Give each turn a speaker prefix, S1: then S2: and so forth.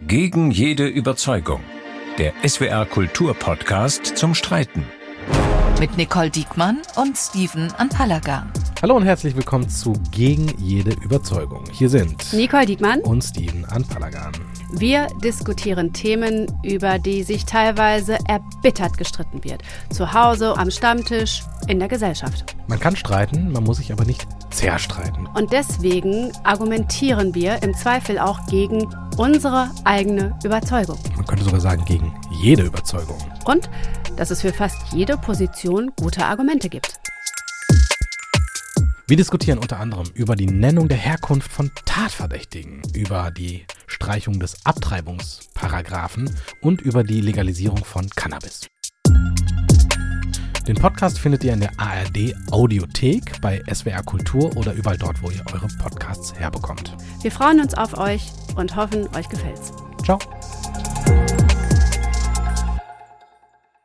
S1: Gegen jede Überzeugung. Der SWR Kulturpodcast zum Streiten.
S2: Mit Nicole Diekmann und Steven Antalaga.
S3: Hallo und herzlich willkommen zu Gegen jede Überzeugung. Hier sind
S4: Nicole Diekmann.
S3: und Steven Anpalagan.
S4: Wir diskutieren Themen, über die sich teilweise erbittert gestritten wird. Zu Hause, am Stammtisch, in der Gesellschaft.
S3: Man kann streiten, man muss sich aber nicht zerstreiten.
S4: Und deswegen argumentieren wir im Zweifel auch gegen unsere eigene Überzeugung.
S3: Man könnte sogar sagen, gegen jede Überzeugung.
S4: Und dass es für fast jede Position gute Argumente gibt.
S3: Wir diskutieren unter anderem über die Nennung der Herkunft von Tatverdächtigen, über die Streichung des Abtreibungsparagraphen und über die Legalisierung von Cannabis. Den Podcast findet ihr in der ARD Audiothek, bei SWR Kultur oder überall dort, wo ihr eure Podcasts herbekommt.
S4: Wir freuen uns auf euch und hoffen, euch gefällt's.
S3: Ciao.